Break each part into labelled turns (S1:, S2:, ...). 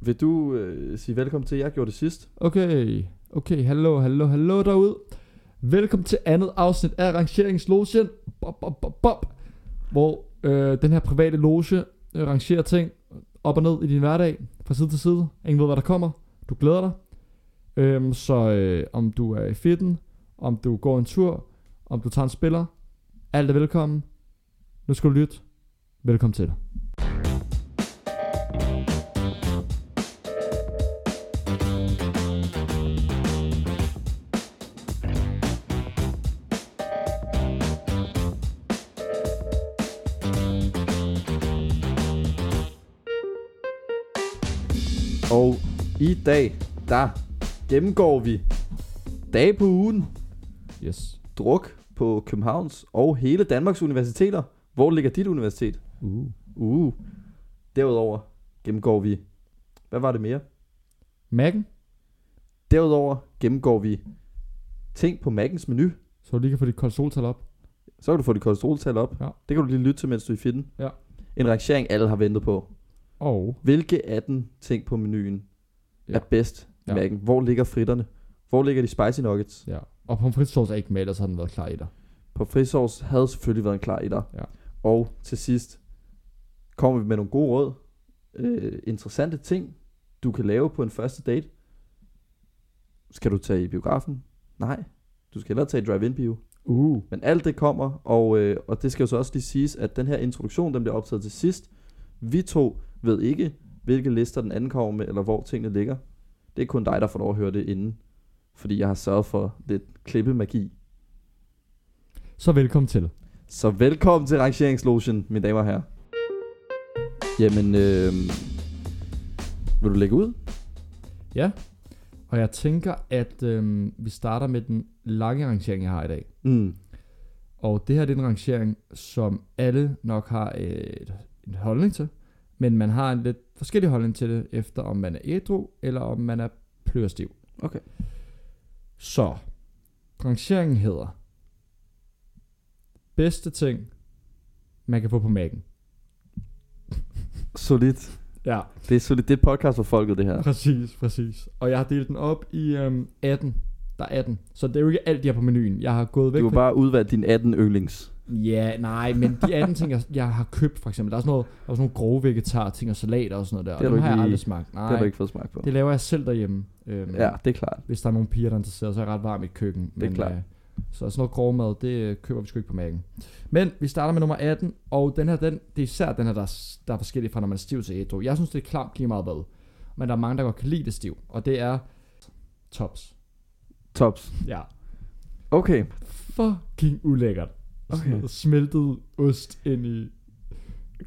S1: Vil du øh, sige velkommen til, jeg gjorde det sidst?
S2: Okay, okay, hallo, hallo, hallo derude. Velkommen til andet afsnit af Rangeringslogen, bop, bop, bop, bop, hvor øh, den her private loge øh, rangerer ting op og ned i din hverdag, fra side til side. Ingen ved, hvad der kommer. Du glæder dig. Øhm, så øh, om du er i fitten, om du går en tur, om du tager en spiller, alt er velkommen. Nu skal du lytte. Velkommen til.
S1: Og i dag, der gennemgår vi dage på ugen,
S2: Yes.
S1: druk på Københavns og hele Danmarks universiteter. Hvor ligger dit universitet?
S2: Uh.
S1: Uh. Derudover gennemgår vi... Hvad var det mere?
S2: Mac'en,
S1: Derudover gennemgår vi ting på Mackens menu.
S2: så du lige kan få dit koldsoltal op.
S1: Så kan du få dit kolesteroltal op.
S2: Ja.
S1: Det kan du lige lytte til, mens du er i fitten.
S2: Ja.
S1: En rangering, alle har ventet på.
S2: Og
S1: Hvilke 18 ting på menuen ja.
S2: Ja.
S1: er bedst i
S2: Ja.
S1: Mac'en? Hvor ligger fritterne? Hvor ligger de spicy nuggets?
S2: Ja, og pomfritsauce er ikke med, ellers har den været klar i dig.
S1: På frisovs havde selvfølgelig været en klar etter.
S2: Ja.
S1: Og til sidst kommer vi med nogle gode råd. Øh, interessante ting, du kan lave på en første date. Skal du tage i biografen? Nej. Du skal hellere tage i drive-in-bio.
S2: Uh.
S1: Men alt det kommer, og, øh, og det skal jo så også lige siges, at den her introduktion, den bliver optaget til sidst. Vi to ved ikke, hvilke lister den anden kommer med, eller hvor tingene ligger. Det er kun dig, der får lov at høre det inden. Fordi jeg har sørget for lidt klippemagi.
S2: Så velkommen til.
S1: Så velkommen til rangeringslogen, mine damer og herrer. Jamen, øh, vil du lægge ud?
S2: Ja, og jeg tænker, at øhm, vi starter med den lange rangering, jeg har i dag.
S1: Mm.
S2: Og det her det er en rangering, som alle nok har øh, et, en holdning til, men man har en lidt forskellig holdning til det, efter om man er ædru, eller om man er plørestiv.
S1: Okay.
S2: Så, rangeringen hedder bedste ting, man kan få på mækken.
S1: Solidt.
S2: Ja.
S1: Det er solidt. Det er et podcast for folket, det her.
S2: Præcis, præcis. Og jeg har delt den op i øhm, 18. Der er 18. Så det er jo ikke alt, jeg har på menuen. Jeg har gået væk
S1: Du har
S2: fra...
S1: bare udvalgt din 18 yndlings.
S2: Ja, nej, men de 18 ting, jeg, jeg har købt, for eksempel. Der er sådan, noget, der er sådan nogle grove vegetar ting og salater og sådan noget der.
S1: Det har
S2: og
S1: du
S2: dem
S1: ikke
S2: har jeg
S1: lige-
S2: aldrig smagt. Nej,
S1: Det har du ikke fået smag på.
S2: det laver jeg selv derhjemme. Øhm,
S1: Ja, det er klart.
S2: Hvis der er nogle piger, der er interesseret, så er jeg ret varm i køkkenet.
S1: Det er klart.
S2: Øh, så sådan noget grov mad, det øh, køber vi sgu ikke på mærken. Men vi starter med nummer 18, og den her, den, det er især den her, der, er s- der er forskellig fra, når man er stiv til ædru. Jeg synes, det er klamt lige meget hvad. Men der er mange, der godt kan lide det stiv, og det er tops.
S1: Tops.
S2: Ja.
S1: Okay.
S2: Fucking ulækkert.
S1: Okay.
S2: Sådan noget smeltet ost ind i...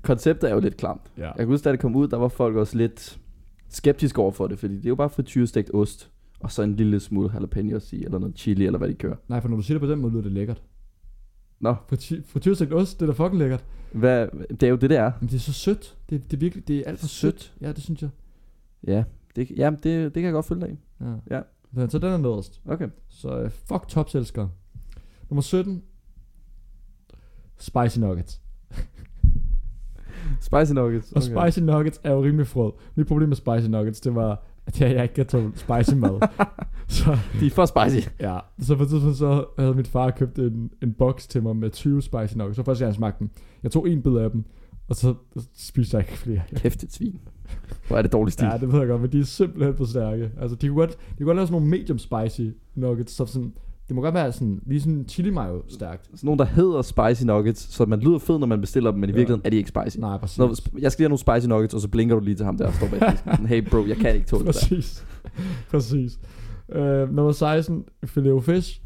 S1: konceptet er jo lidt klamt.
S2: Ja.
S1: Jeg kan huske, da det kom ud, der var folk også lidt skeptiske over for det, fordi det er jo bare frityrestegt ost, og så en lille smule jalapenos i, eller noget chili, eller hvad de kører.
S2: Nej, for når du siger det på den måde, lyder det lækkert.
S1: Nå.
S2: Friti- Frityrestegt ost, det er da fucking lækkert.
S1: Hvad, det er jo det, det er.
S2: Men det er så sødt. Det, det er virkelig, det er alt for sødt. sødt. Ja, det synes jeg.
S1: Ja, det, ja det, det kan jeg godt følge dig i.
S2: Ja.
S1: Ja.
S2: Den- Så den er nederst.
S1: Okay.
S2: Så uh, fuck topselskere. Nummer 17. Spicy Nuggets.
S1: Spicy nuggets.
S2: Og Spicy Nuggets er jo rimelig frød. Mit problem med Spicy Nuggets, det var, at jeg, jeg ikke kan tåle spicy mad. så,
S1: De er for spicy.
S2: ja. så på et tidspunkt så havde min far købt en, en boks til mig med 20 Spicy Nuggets. Så første gang jeg smagte dem. Jeg tog en bid af dem, og så spiste jeg ikke flere.
S1: Kæft, et svin. Hvor er det dårlig stil.
S2: Ja, det ved jeg godt, men de er simpelthen for stærke. Altså, de kunne godt, de kunne godt lave sådan nogle medium spicy nuggets, så sådan, det må godt være sådan, lige sådan chili mayo stærkt.
S1: Sådan nogle, der hedder spicy nuggets, så man lyder fed, når man bestiller dem, men i
S2: Ja.
S1: virkeligheden er de ikke spicy.
S2: Nej, præcis.
S1: Nå, jeg skal lige have nogle spicy nuggets, og så blinker du lige til ham der, og står bag disken. Hey bro, jeg kan ikke tåle det der.
S2: Præcis. Præcis. Øh, nummer 16, filet of fish.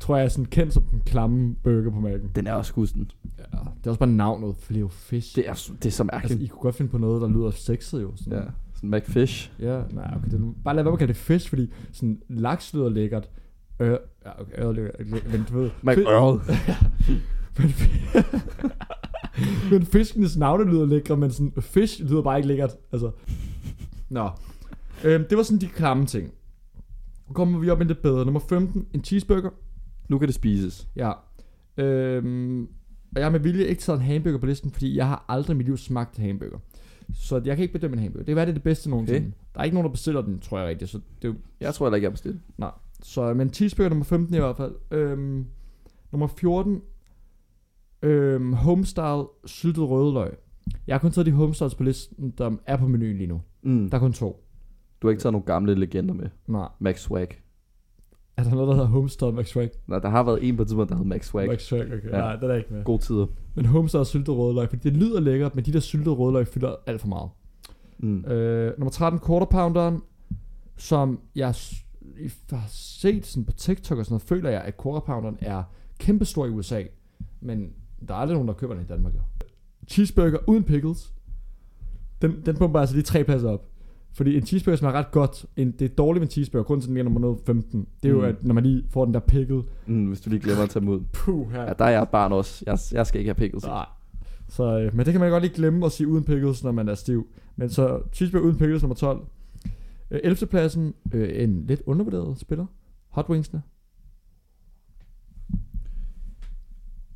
S2: Tror jeg er sådan kendt som den klamme burger på mærken.
S1: Den er også gusten.
S2: Ja. Det er også bare navnet, filet of fish.
S1: Det er, det er så
S2: altså,
S1: mærkeligt.
S2: I kunne godt finde på noget, der lyder sexet jo. Sådan.
S1: Ja, sådan McFish.
S2: Ja, nej, okay. Det er, bare lad være med at kalde det fish, fordi sådan, laks lyder lækkert. Øh, ja, okay, øh, lyder lækkert, men du ved... fi-
S1: McEarl.
S2: men, fi- men fiskenes navne lyder lækre, men sådan, fish lyder bare ikke lækkert. Altså. Nå. Øhm, det var sådan de klamme ting. Nu kommer vi op med lidt bedre. Nummer 15, en cheeseburger.
S1: Nu kan det spises.
S2: Ja. Øhm, og jeg har med vilje ikke taget en hamburger på listen, fordi jeg har aldrig i mit liv smagt en hamburger. Så jeg kan ikke bedømme en hanebøger. Det kan være, det er det bedste nogensinde.
S1: Okay.
S2: Der er ikke nogen, der bestiller den, tror jeg rigtigt. Så, det er jo,
S1: Jeg tror heller ikke, jeg bestilte.
S2: så men cheeseburger nummer 15 i hvert fald. Øhm, nummer 14. Øhm, homestyle syltet rødløg. Jeg har kun taget de homestyles på listen, der er på menuen lige nu.
S1: Mm.
S2: Der er kun to.
S1: Du har ikke taget nogle gamle legender med.
S2: Nej.
S1: Max Swag.
S2: Er der noget, der hedder Homestyle Max Swag?
S1: Nej, der har været en på et tidspunkt, der hed Max Swag.
S2: Max Swag, okay.
S1: Ja.
S2: Ja. Nej, den er ikke med.
S1: Gode tider.
S2: Men Homestyle og syltet rødløg, fordi det lyder lækkert, men de der syltede rødløg fylder alt for meget.
S1: Mm.
S2: Øh, nummer 13, Quarter Pounderen, som jeg s- i- har set sådan på TikTok og sådan noget, føler jeg, at Quarter Pounderen er kæmpestor i USA, men der er aldrig nogen, der køber den i Danmark. jo. Cheeseburger uden pickles, den, den pumper altså lige tre pladser op. Fordi en cheeseburger smager ret godt, en, det er dårligt med en cheeseburger, grunden til, at den ligger nummer noget 15, det er jo,
S1: Mm.
S2: at når man lige får den der pickle,
S1: Mm, hvis du lige glemmer at tage dem ud.
S2: puh her.
S1: Ja, der er jeg barn også. Jeg, jeg skal ikke have pickles.
S2: Nej. Så, øh, men det kan man godt lige glemme at sige uden pickles, når man er stiv. Men så cheeseburger uden pickles nummer 12. Øh, 11. pladsen, øh, en lidt undervurderet spiller. Hot Wingsene.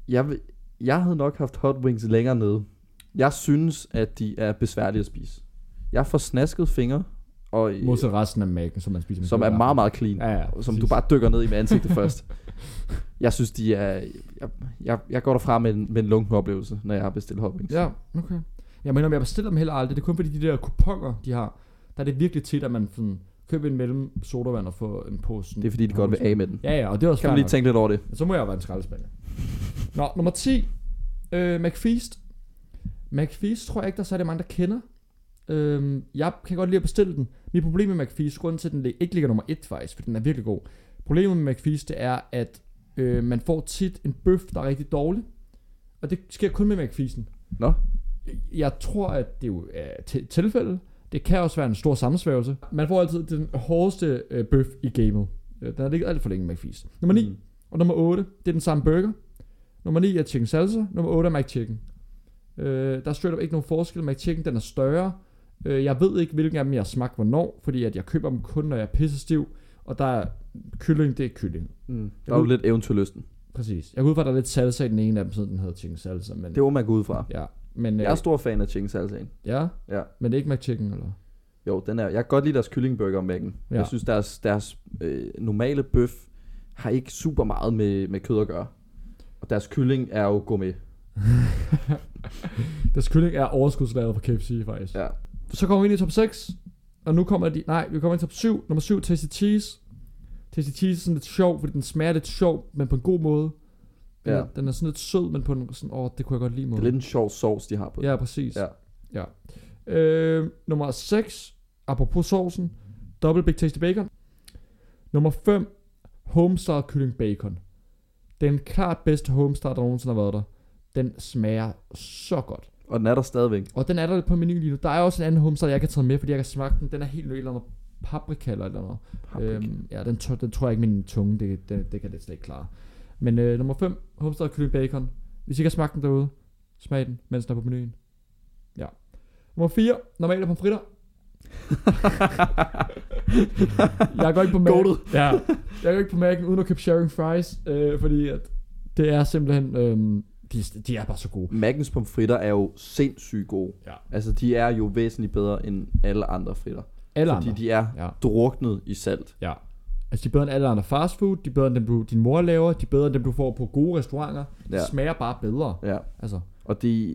S1: Jeg, vil- jeg havde nok haft hot wings længere nede. Jeg synes, at de er besværlige at spise. Jeg får snasket fingre, og,
S2: Modsat resten af mækken, som man spiser med
S1: Øh, som er
S2: kødretter.
S1: meget, meget clean.
S2: Ja, ja,
S1: Som
S2: præcis.
S1: du bare dykker ned i med ansigtet først. Jeg synes, de er... Jeg, jeg, jeg går derfra med en, med en lunken oplevelse, når jeg har bestilt hot wings.
S2: Ja, okay. Jeg mener, jeg bestiller dem heller aldrig. Det er kun fordi de der kuponer, de har. Der er det virkelig tit, at man sådan, køber en mellem sodavand og får en pose. sådan-
S1: Det er fordi, de godt vil af med den.
S2: Ja, ja, og det er også
S1: Kan man
S2: fair
S1: lige
S2: nok.
S1: tænke lidt over det?
S2: Men Så må jeg jo være en skraldespand. Nå, nummer 10. Øh, McFeast. McFeast tror jeg ikke, der er særlig mange, der kender. Øh, jeg kan godt lide at bestille den. Mit problem med McFeast, grunden til, at den lig- ikke ligger nummer 1 faktisk, for den er virkelig god. Problemet med McFeast, det er, at øh, man får tit en bøf, der er rigtig dårlig. Og det sker kun med McFeasten.
S1: Nå.
S2: Jeg tror, at det jo er til- tilfældet. Det kan også være en stor sammensværgelse. Man får altid den hårdeste øh, bøf i gamet. Øh, Den har ligget alt for længe, McFeast. Nummer 9. Og nummer 8, det er den samme burger. Nummer 9 er chicken salsa. Nummer 8 er McChicken. Øh, der er straight up ikke nogen forskel. McChicken, den er større. Øh, jeg ved ikke, hvilken af dem jeg har smagt hvornår, fordi at jeg køber dem kun, når jeg er pissestiv. Og der er kylling, det er kylling.
S1: Mm. Der er jo lidt eventyrlysten.
S2: Præcis. Jeg går ud fra, at der er lidt salsa i den ene af dem, siden den hedder chicken salsa. Men,
S1: Det må man gå ud fra.
S2: ja, men, øh,
S1: Jeg er stor fan af chicken salsaen.
S2: ja,
S1: Ja.
S2: men det er ikke McChicken, eller?
S1: Jo, den er, jeg kan godt lide deres kyllingburger om mækken. Ja.
S2: Ja.
S1: Jeg synes, deres, deres øh, normale bøf har ikke super meget med, med kød at gøre. Og deres kylling er jo gourmet.
S2: Deres kylling er overskudslaget fra KFC, faktisk.
S1: Ja.
S2: Så kommer vi ind i top 6, og nu kommer de, nej, vi kommer ind i top 7. Nummer 7, Tasty Cheese. Tasty Cheese er sådan lidt sjov, fordi den smager lidt sjov, men på en god måde. Den,
S1: Ja.
S2: er, den er sådan lidt sød, men på en sådan, åh, det kunne jeg godt lide
S1: Det
S2: måde.
S1: er lidt en sjov sovs, de har på. Ja.
S2: Mm. Ja, præcis. ja. Øh, nummer 6, apropos sovsen, Double Big Tasty Bacon. Nummer 5, Homestar Kylling Bacon. Den klart bedste Homestar, der nogensinde har været der. Den smager så godt.
S1: Og den er der stadigvæk.
S2: Og den er der på menuen lige nu. Der er også en anden humster, jeg kan tage med, fordi jeg kan smage den. Den er helt nødt eller andet paprika eller et eller noget.
S1: Øhm.
S2: Øhm, ja, den, tør, den tror jeg ikke, min tunge, det, det, det kan det slet ikke klare. Men øh, nummer 5, humster og kylling bacon. Hvis I ikke har smagt den derude, smag den, mens den er på menuen. Ja. Nummer 4, normale pomfritter. jeg går ikke på
S1: Goated.
S2: Mac. Ja. Jeg går ikke på Mac'en uden at købe sharing fries, øh, fordi at det er simpelthen, øh, de, de er bare så gode.
S1: Mackens pomfritter er jo sindssygt gode.
S2: Ja.
S1: Altså, de er jo væsentligt bedre end alle andre fritter.
S2: Alle
S1: fordi
S2: andre.
S1: de er
S2: Ja.
S1: druknet i salt.
S2: Ja. Altså, de er bedre end alle andre fast food, de er bedre end dem, du, din mor laver, de er bedre end dem, du får på gode restauranter. Ja.
S1: Ja.
S2: De smager bare bedre.
S1: Ja.
S2: Altså,
S1: Og de,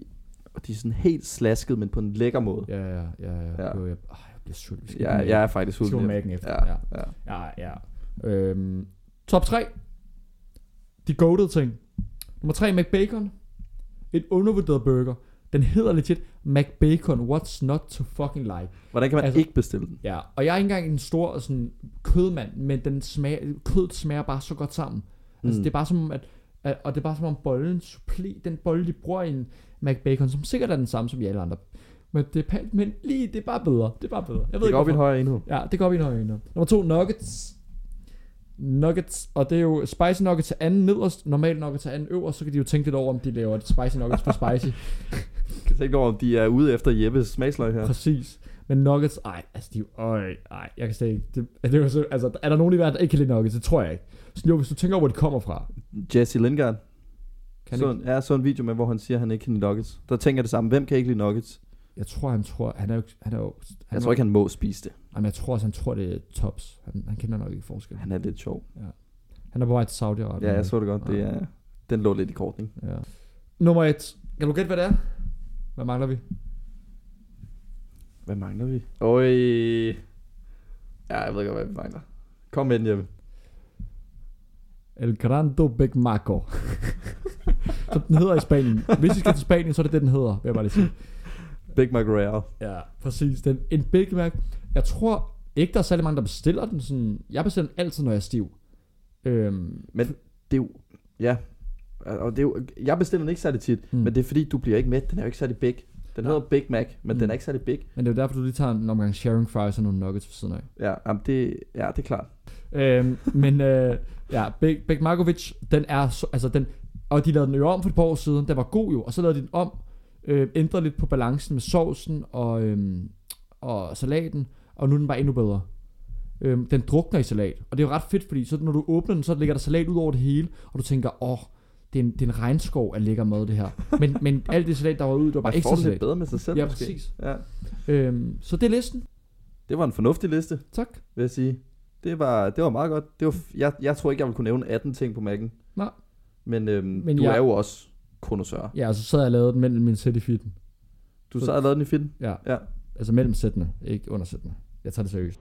S1: og de er sådan helt slasket, men på en lækker måde.
S2: ja, ja, ja, ja.
S1: Ja.
S2: Jo, jeg, øh, jeg bliver sulten. Vi skal
S1: Ja,
S2: på
S1: jeg
S2: Mac'en.
S1: er faktisk
S2: Vi skal på
S1: sulten.
S2: Mac'en efter.
S1: Ja,
S2: Ja,
S1: ja.
S2: ja. ja, Øhm, top 3. De goated ting. Nummer 3, McBacon. En undervurderet burger. Den hedder legit McBacon, what's not to fucking like.
S1: Hvordan kan man altså,
S2: Altså-
S1: ikke bestille den?
S2: Ja, og jeg er ikke engang en stor sådan, kødmand, men den smager, kødet smager bare så godt sammen. Altså,
S1: Mm.
S2: det er bare som om, at, at, og det er bare som om bollen supplé, den bolle, de bruger i en McBacon, som sikkert er den samme som i alle andre. Men det er palt, men lige, det er bare bedre. Det er bare bedre. Jeg ved
S1: Det
S2: ikke,
S1: går op i en
S2: hvorfor.
S1: højere enhed.
S2: Ja, det går op i en høj ende. Nummer to, nuggets. Nuggets, og det er jo spicy nuggets til anden nederst, normal nuggets til anden øverst, så kan de jo tænke lidt over, om de laver et spicy nuggets for spicy.
S1: Jeg tænker over, om de er ude efter Jeppes smagsløg her.
S2: Præcis. Men nuggets, ej, altså de er jo- øj, ej, jeg kan slet ikke, det, det er, jo så, altså, er der nogen i verden, der ikke kan lide nuggets? Det tror jeg ikke. Så jo, hvis du tænker over, hvor de kommer fra,
S1: Jesse Lingard.
S2: kan
S1: så,
S2: det
S1: en, ja, så en video med, hvor han siger, at han ikke kan lide nuggets. Der tænker jeg det samme. Hvem kan ikke lide nuggets?
S2: Jeg tror, han tror... Han er jo... Han er jo han
S1: Jeg tror ikke, han må spise det.
S2: Jamen, jeg tror også, han tror, det er tops. Han, han kender nok ikke forskel.
S1: Han er lidt sjov.
S2: Han er på vej til Saudi-Arabien.
S1: Ja, jeg så det godt. Det er, den lå lidt i korten. ikke?
S2: Ja. Nummer et. Kan du gætte, hvad det er? Hvad mangler vi?
S1: Hvad mangler vi? Øj. Ja, jeg ved godt, hvad vi mangler. Kom med den, Jeppe.
S2: El Grande Big Maco. så den hedder i Spanien. Hvis I skal til Spanien, så er det det, den hedder, vil jeg bare lige sige.
S1: Big Mac Royale.
S2: Ja, præcis. Den, en Big Mac. Jeg tror ikke, der er særlig mange, der bestiller den. Sådan, jeg bestiller den altid, når jeg er stiv. Øhm,
S1: Men det er jo... Ja. Og det er jo, jeg bestiller den ikke særlig tit,
S2: Mm.
S1: mm. men det er fordi, du bliver ikke med. Den er jo ikke særlig big. Den
S2: Nej.
S1: hedder Big Mac, men mm. den
S2: Mm.
S1: er ikke særlig big.
S2: men det er jo derfor, du lige tager en omgang sharing fries og nogle nuggets ved siden af.
S1: Ja, jamen det, ja, det er klart.
S2: Øhm, men øh, ja, Big, Big Markovic, den er, så, altså den, og de lavede den jo om for et par år siden, den var god jo, og så lavede de den om, øh, ændrede lidt på balancen med sovsen og, øh, og salaten, og nu er den bare endnu bedre. Øhm, den drukner i salat, og det er jo ret fedt, fordi så når du åbner den, så ligger der salat ud over det hele, og du tænker, åh, det er en, det er en regnskov af lækker mad det her. Men, men alt det salat, der var ude, det var bare
S1: Man får
S2: ekstra
S1: det lidt
S2: salat.
S1: bedre med sig selv
S2: Ja,
S1: måske.
S2: præcis.
S1: Ja.
S2: Øhm, så det er listen.
S1: Det var en fornuftig liste,
S2: Tak.
S1: vil jeg sige. Det var, det var meget godt. Det var, f- jeg, jeg tror ikke, jeg ville kunne nævne 18 ting på Mac'en.
S2: Nej.
S1: Men, øhm, Men
S2: Men
S1: du
S2: jeg-
S1: er jo også konosør.
S2: Ja, og så sad jeg og lavede den mellem min sæt i fitten.
S1: Du
S2: Så-
S1: sad og lavede den i filmen.
S2: Ja.
S1: Ja.
S2: Altså mellem sættene, ikke under sættene. Jeg tager det seriøst.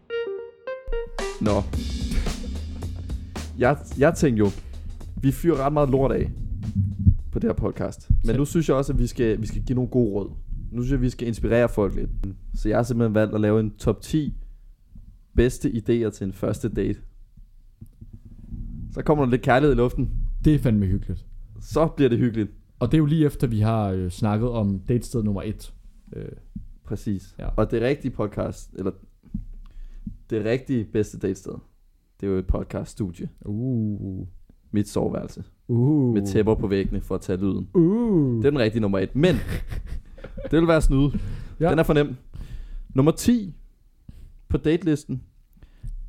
S1: Nå. Jeg, jeg tænkte jo, vi fyrer ret meget lort af på det her podcast. Men
S2: Så-
S1: nu synes jeg også, at vi skal, vi skal give nogle gode råd. Nu synes jeg, at vi skal inspirere folk lidt. Så jeg har simpelthen valgt at lave en top 10 bedste idéer til en første date. Så kommer der lidt kærlighed i luften.
S2: Det er fandme hyggeligt.
S1: Så bliver det hyggeligt.
S2: Og det er jo lige efter, vi har øh, snakket om datested nummer et. Øh,
S1: Præcis.
S2: Ja.
S1: Ja. Og det rigtige podcast, eller det rigtige bedste datested, det er jo et podcaststudie.
S2: uh,
S1: Mit soveværelse.
S2: uh,
S1: Med tæpper på væggene for at tage lyden.
S2: Uh.
S1: Det er den rigtige nummer et. Men det vil være snyde.
S2: Ja.
S1: Ja. Den er for nem. Nummer 10 på datelisten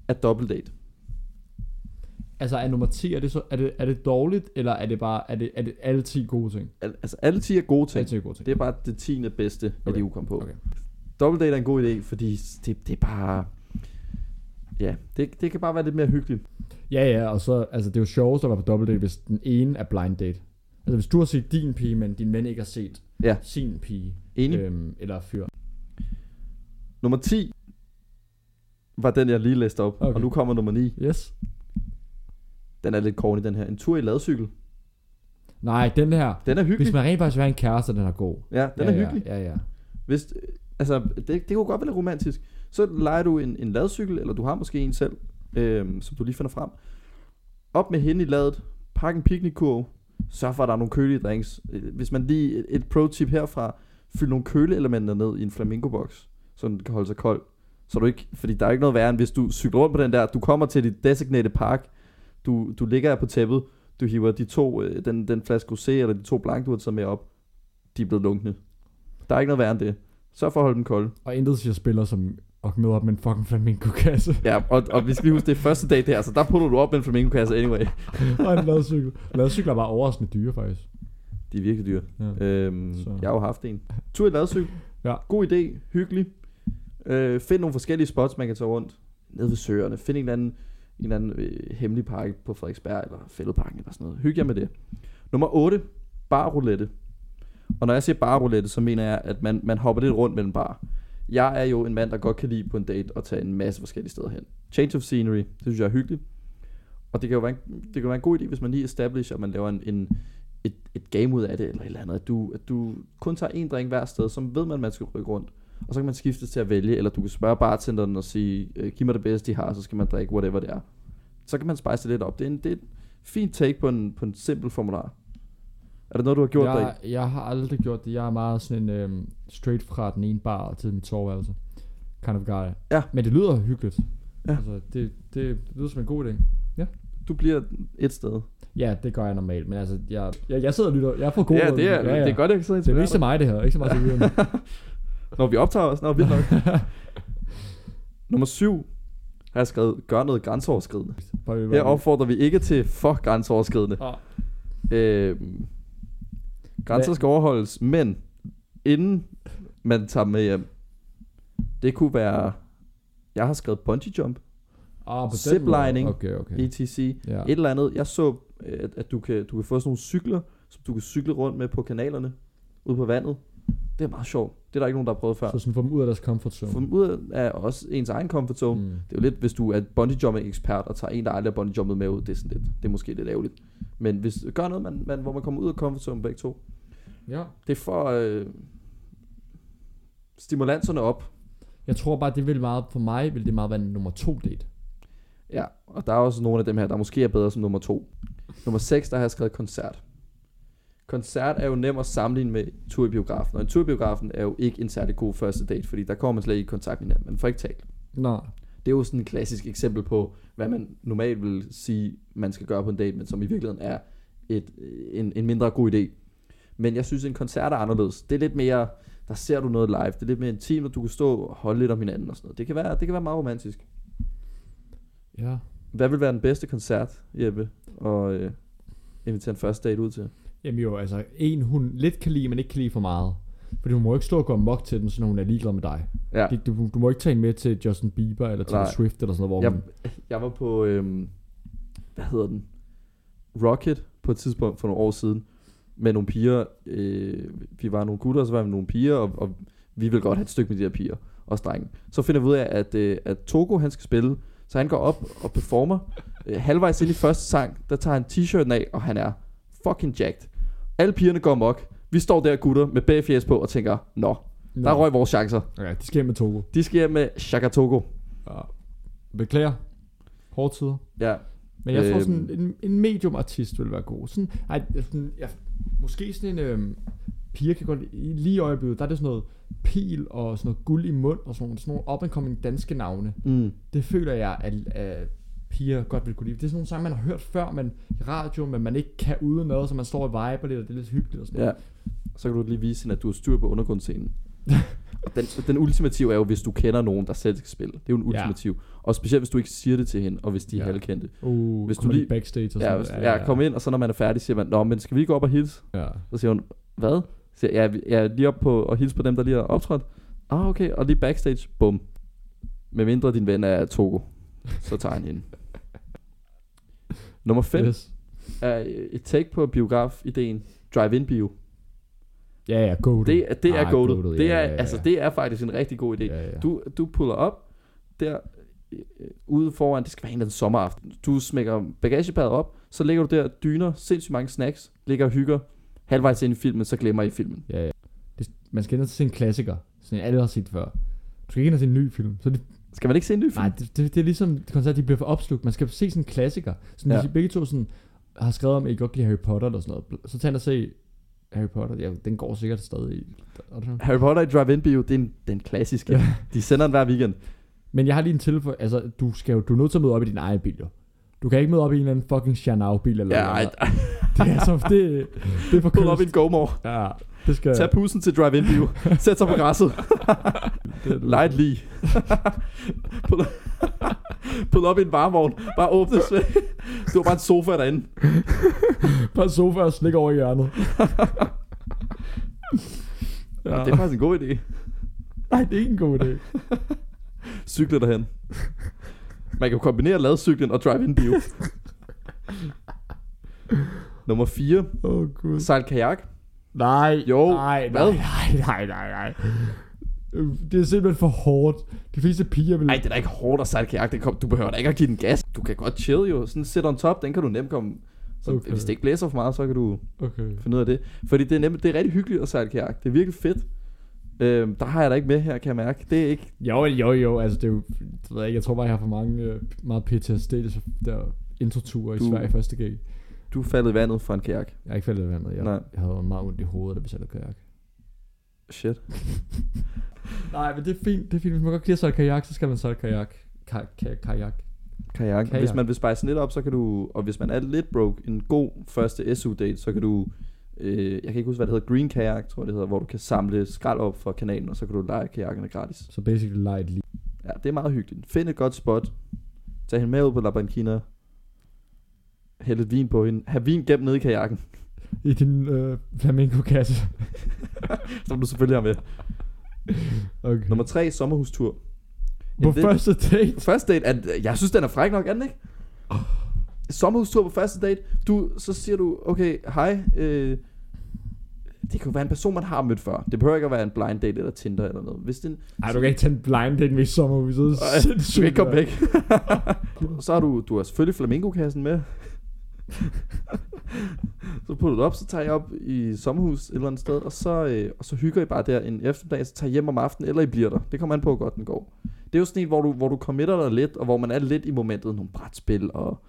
S1: er dobbelt date.
S2: Altså er nummer 10, er det, så, er, det, er det dårligt, eller er det bare, er det, er det alle 10 gode ting?
S1: Al- altså alle 10 er gode
S2: Alle
S1: ting.
S2: 10 gode ting.
S1: Det er bare det 10. bedste, jeg
S2: Okay.
S1: lige kunne komme på.
S2: Okay.
S1: Okay. Dobbelt date er en god idé, fordi det, det er bare... Ja, det, det kan bare være lidt mere hyggeligt.
S2: Ja, ja, og så, altså det er jo sjovest at være på dobbelt date, hvis den ene er blind date. Altså hvis du har set din pige, men din ven ikke har set
S1: Ja.
S2: sin pige,
S1: Enig? Øh.
S2: øhm, eller fyr.
S1: Nummer 10 var den, jeg lige læste op.
S2: Okay.
S1: Okay. Og nu kommer nummer 9.
S2: Yes.
S1: Den er lidt corny, den her. En tur i ladcykel.
S2: Nej, den her.
S1: Den er hyggelig.
S2: Hvis man rent faktisk vil have en kæreste, den er god.
S1: Ja, den
S2: ja,
S1: er hyggelig.
S2: Ja, ja, ja.
S1: Hvis, øh, altså, det, det kunne godt være lidt romantisk. Så leger du en, en ladcykel, eller du har måske en selv, øhm, som du lige finder frem. Op med hende i ladet, pak en picnickurv, sørg for, at der er nogle kølige drinks. Øh, Hvis man lige, et- et pro-tip herfra, fyld nogle køleelementer ned i en flamingoboks, så den kan holde sig kold. Så du ikke, fordi der er ikke noget værre, end hvis du cykler rundt på den der, du kommer til dit designated park, du, du ligger her på tæppet, du hiver de to, øh, den, den flaske rosé, eller de to blank, du har taget med op, de er blevet lunkne. Der er ikke noget værre end det. Så for at holde dem kolde.
S2: Og intet siger spiller som og møder op med en fucking flamingo-kasse
S1: Ja, og, og vi skal lige huske, det er første dag der, så der putter du op med en flamingokasse anyway.
S2: og en ladcykel. Ladcykler er bare overraskende dyre, faktisk.
S1: De er virkelig dyre.
S2: Ja.
S1: Øhm,
S2: Så-
S1: jeg har jo haft en. Tur i ladcykel.
S2: Ja.
S1: God idé. Hyggelig. Øh, find nogle forskellige spots, man kan tage rundt. Ned ved søerne. Find en eller anden, en eller anden øh, hemmelig park på Frederiksberg eller Fælledparken eller sådan noget. Hyg jer med det. Nummer 8. Bar roulette. Og når jeg siger bar roulette, så mener jeg, at man, man hopper lidt rundt mellem bar. Jeg er jo en mand, der godt kan lide på en date at tage en masse forskellige steder hen. Change of scenery, det synes jeg er hyggeligt. Og det kan jo være en, det kan være en god idé, hvis man lige establisher, at man laver en, en, et, et game ud af det, eller et eller andet. At du, at du kun tager en drink hver sted, som ved man, man skal rykke rundt. Og så kan man skiftes til at vælge, eller du kan spørge bartenderen og sige, øh, giv mig det bedste, de har, så skal man drikke, whatever det er. Så kan man spice det lidt op. Det er, en, det er et fint take på en, på en simpel formular. Er det noget, du har gjort dig?
S2: jeg, jeg har aldrig gjort det. Jeg er meget sådan en øhm, straight fra den ene bar til mit soveværelse. Kind of guy.
S1: Ja.
S2: Men det lyder hyggeligt.
S1: Ja.
S2: Altså, det, det, det lyder som en god idé.
S1: Du bliver et sted.
S2: Ja, det gør jeg normalt, men altså, jeg, jeg, jeg sidder og lytter. Jeg får gode råd.
S1: godt, jeg kan sidde
S2: Det er lige så mig det her, ikke så meget til lytterne.
S1: Når vi optager os, når vi nok. Nummer 7 har jeg skrevet, gør noget grænseoverskridende.
S2: Bare lige-
S1: Her opfordrer vi ikke til for grænseoverskridende.
S2: Ah,
S1: Øh, grænser
S2: Hvad-
S1: skal overholdes, men inden man tager med hjem. Det kunne være, jeg har skrevet bungee jump,
S2: Ah, på den
S1: Ziplining.
S2: måde. Okay, okay.
S1: ETC, et
S2: Ja.
S1: eller andet. Jeg så, øh, at, at du, kan, du kan få sådan nogle cykler, som du kan cykle rundt med på kanalerne, ude på vandet. Det er meget sjovt. Det er der ikke nogen, der har prøvet før.
S2: Så sådan få dem ud af deres comfort zone.
S1: Få dem ud af også ens egen comfort zone.
S2: mm.
S1: Det er jo lidt, hvis du er bungee jumping ekspert og tager en, der aldrig har bungee jumpet med ud, det er, sådan lidt, det er måske lidt ærgerligt. Men hvis gør noget, man, man, hvor man kommer ud af comfort zone begge to.
S2: Ja.
S1: Det er for øh, stimulanserne op.
S2: Jeg tror bare, det vil meget, for mig vil det meget være en nummer to date.
S1: Ja, og der er også nogle af dem her, der måske er bedre som nummer to. Nummer 6, der har jeg skrevet koncert. Koncert er jo nem at sammenligne med tur i biografen, og en tur i biografen er jo ikke en særlig god første date, fordi der kommer man slet ikke i kontakt med hinanden, man får ikke talt.
S2: Nå.
S1: Det er jo sådan et klassisk eksempel på, hvad man normalt vil sige, man skal gøre på en date, men som i virkeligheden er et, en, en mindre god idé. Men jeg synes, en koncert er anderledes. Det er lidt mere, der ser du noget live. Det er lidt mere intimt, og du kan stå og holde lidt om hinanden og sådan noget. Det kan være, det kan være meget romantisk.
S2: Ja.
S1: Hvad vil være den bedste koncert, Jeppe, og øh, invitere en første date ud til?
S2: Jamen jo, altså en hun lidt kan lide, men ikke kan lide for meget. Fordi hun må ikke stå og gå mok til den, så hun er ligeglad med dig.
S1: Ja,
S2: Det- Du, du må ikke tage en med til Justin Bieber eller til
S1: Nej.
S2: Swift eller sådan noget, hvor
S1: jeg,
S2: hun...
S1: jeg var på, øh, hvad hedder den? Rocket på et tidspunkt for nogle år siden, med nogle piger. Øh, vi var nogle gutter, og så var vi nogle piger, og, og vi ville godt have et stykke med de her piger, også drenge. Så finder vi ud af, at, øh, at Togo han skal spille, så han går op og performer. Øh, halvvejs ind i første sang, der tager han t-shirten af, og han er fucking jacked. Alle pigerne går mok. Vi står der gutter med bagfjæs på og tænker, nå, der røg vores chancer.
S2: Ja, det sker med Togo.
S1: De skal hjem med Shaka Togo.
S2: Ja. Beklager. Hårde tider.
S1: Ja,
S2: Men jeg øhm. tror
S1: Øhm.
S2: sådan, en, en medium artist ville være god. Sådan, ej, sådan, ja, måske sådan en... Øhm, piger kan godt lide- i- lige i øjeblikket, der er det sådan noget pil og sådan noget guld i mund og sådan, nogle- sådan nogle up and coming danske navne.
S1: mm,
S2: Det føler jeg, at, at piger godt vil kunne lide. Det er sådan nogle sange, man har hørt før men i radio, men man ikke kan uden noget, så man står og viber lidt, og det er lidt hyggeligt og sådan
S1: ja. Så kan du lige vise hende, at du har styr på undergrundsscenen. Og den, den ultimative er jo, hvis du kender nogen, der selv skal spille. Det er jo en
S2: Ja.
S1: ultimativ. Og specielt, hvis du ikke siger det til hende, og hvis de er
S2: Ja.
S1: halvkendte.
S2: Uh,
S1: Hvis
S2: hvis
S1: du
S2: du lige
S1: lige-
S2: backstage og sådan
S1: Ja, hvis, ja, kom ind, og så når man er færdig, siger man, Nå, men skal vi ikke gå op og hilse?
S2: Ja.
S1: Så siger hun, hvad? Så siger jeg, "Ja, jeg er lige op på og hilse på dem, der lige har optrådt. Ah, okay, og lige backstage, bum. Med mindre din ven er Togo, så tager han hende. Nummer 5 yes.
S2: Yes.
S1: er et take på biograf-ideen. Drive-in-bio.
S2: Ja, ja, go
S1: Det, er- det er
S2: Ah,
S1: goated.
S2: goated,
S1: Det
S2: ja,
S1: er,
S2: ja, ja.
S1: altså, det er faktisk en rigtig god idé.
S2: Ja, ja.
S1: Du, du puller op der øh, øh, ude foran, det skal være en eller anden sommeraften. Du smækker bagagepadet op, så ligger du der dyner, sindssygt mange snacks, ligger og hygger. Halvvejs ind i filmen, så glemmer I filmen.
S2: Ja, ja. Det, man skal ind og se en klassiker, sådan en alle har set før. Du skal ikke ind og se en ny film. Så det,
S1: Skal man ikke se en ny film?
S2: nej, det, det, det er ligesom det koncert, de bliver for opslugt. Man skal se sådan en klassiker. Så ja.
S1: Ja.
S2: hvis I begge to sådan, har skrevet om, at I godt kan lide Harry Potter eller sådan noget, så tag ind og se Harry Potter. Ja, den går sikkert stadig. Er det sådan?
S1: Harry Potter i Drive-In Bio, det er en, den klassiske.
S2: Ja.
S1: De sender den hver weekend.
S2: Men jeg har lige en tilføj. Altså, du, skal jo, du er nødt til at møde op i din egen bil, jo. Du kan ikke møde op i en eller anden fucking Chanel-bil. Eller
S1: Ja,
S2: noget.
S1: ej,
S2: det er, så, det, det er for
S1: pull op i
S2: køst.
S1: en gomor.
S2: Ja, det skal...
S1: Tag pusen til Drive-In Bio. Sæt sig på græsset.
S2: det er det.
S1: Light lige. pull, pull op i en varevogn. Bare åbne svæ- Det var bare en sofa derinde.
S2: Bare sofa og slik over i hjørnet.
S1: Ja. Det er faktisk en god idé.
S2: Nej, det er ikke en god idé.
S1: Cykle derhen. Man kan jo kombinere ladcyklen og drive-in bio. Nummer 4.
S2: Åh, oh, gud.
S1: Sejl kajak.
S2: Nej,
S1: Jo,
S2: nej,
S1: hvad?
S2: nej, nej, nej, nej, nej. Det er simpelthen for hårdt. De fleste piger vil...
S1: Nej, det er da ikke hårdt at sejle kajak. Det kom, du behøver da ikke at give den gas. Du kan godt chill jo. Sådan sit on top, den kan du nemt komme... Så
S2: Okay.
S1: okay. Hvis det ikke blæser for meget, så kan du
S2: Okay.
S1: finde ud af det. Fordi det er, nemt, det er rigtig hyggeligt at sejle kajak. Det er virkelig fedt. Øhm, der har jeg da ikke med her, kan jeg mærke. Det er ikke...
S2: Jo, jo, jo, altså det er jo... Det ved jeg, ikke, jeg tror bare, jeg har for mange, øh, meget PTSD, det er så- der introture i
S1: Du-
S2: Sverige første gang.
S1: Du faldt i vandet fra en kajak.
S2: Jeg er ikke faldet i vandet. Jeg,
S1: Nej.
S2: jeg havde meget ondt i hovedet, da vi sejlede kajak.
S1: Shit.
S2: Nej, men det er fint. Det er fint. Hvis man godt kan lide at sejle kajak, så skal man sejle kajak. Ka- ka- kajak.
S1: Kajak.
S2: Kajak.
S1: kajak. Hvis man vil spejse den lidt op, så kan du, og hvis man er lidt broke, en god første SU-date, så kan du, øh, jeg kan ikke huske, hvad det hedder, Green Kajak, tror jeg det hedder, hvor du kan samle skrald op fra kanalen, og så kan du lege kajakkerne gratis.
S2: Så basically light lige.
S1: Ja, det er meget hyggeligt. Find et godt spot. Tag hende med ud på La Banquina. Hæld lidt vin på hende. Hav vin gemt nede i kajakken,
S2: I din øh, flamingo-kasse.
S1: som du selvfølgelig har med.
S2: Okay.
S1: Nummer 3, sommerhustur. En
S2: På
S1: ven-
S2: første date.
S1: På første date, at, jeg synes, den er fræk nok, er den ikke? Sommerhustur på første date. Du, så siger du, okay, hej. Øh, det kan jo være en person, man har mødt før. Det behøver ikke at være en blind date eller Tinder eller noget. Hvis den,
S2: Ej, du kan ikke tage en blind date med i sommerhuset. Det er
S1: Ej,
S2: sindssygt,
S1: du kan ikke komme
S2: mand.
S1: væk. så har du, du har selvfølgelig flamingokassen med. så putter du op, så tager jeg op i sommerhus et eller andet sted, og så, øh, og så hygger I bare der en eftermiddag, så tager I hjem om aftenen, eller I bliver der. Det kommer an på, hvor godt den går. Det er jo sådan en, hvor du, hvor du committer dig lidt, og hvor man er lidt i momentet. Nogle brætspil, og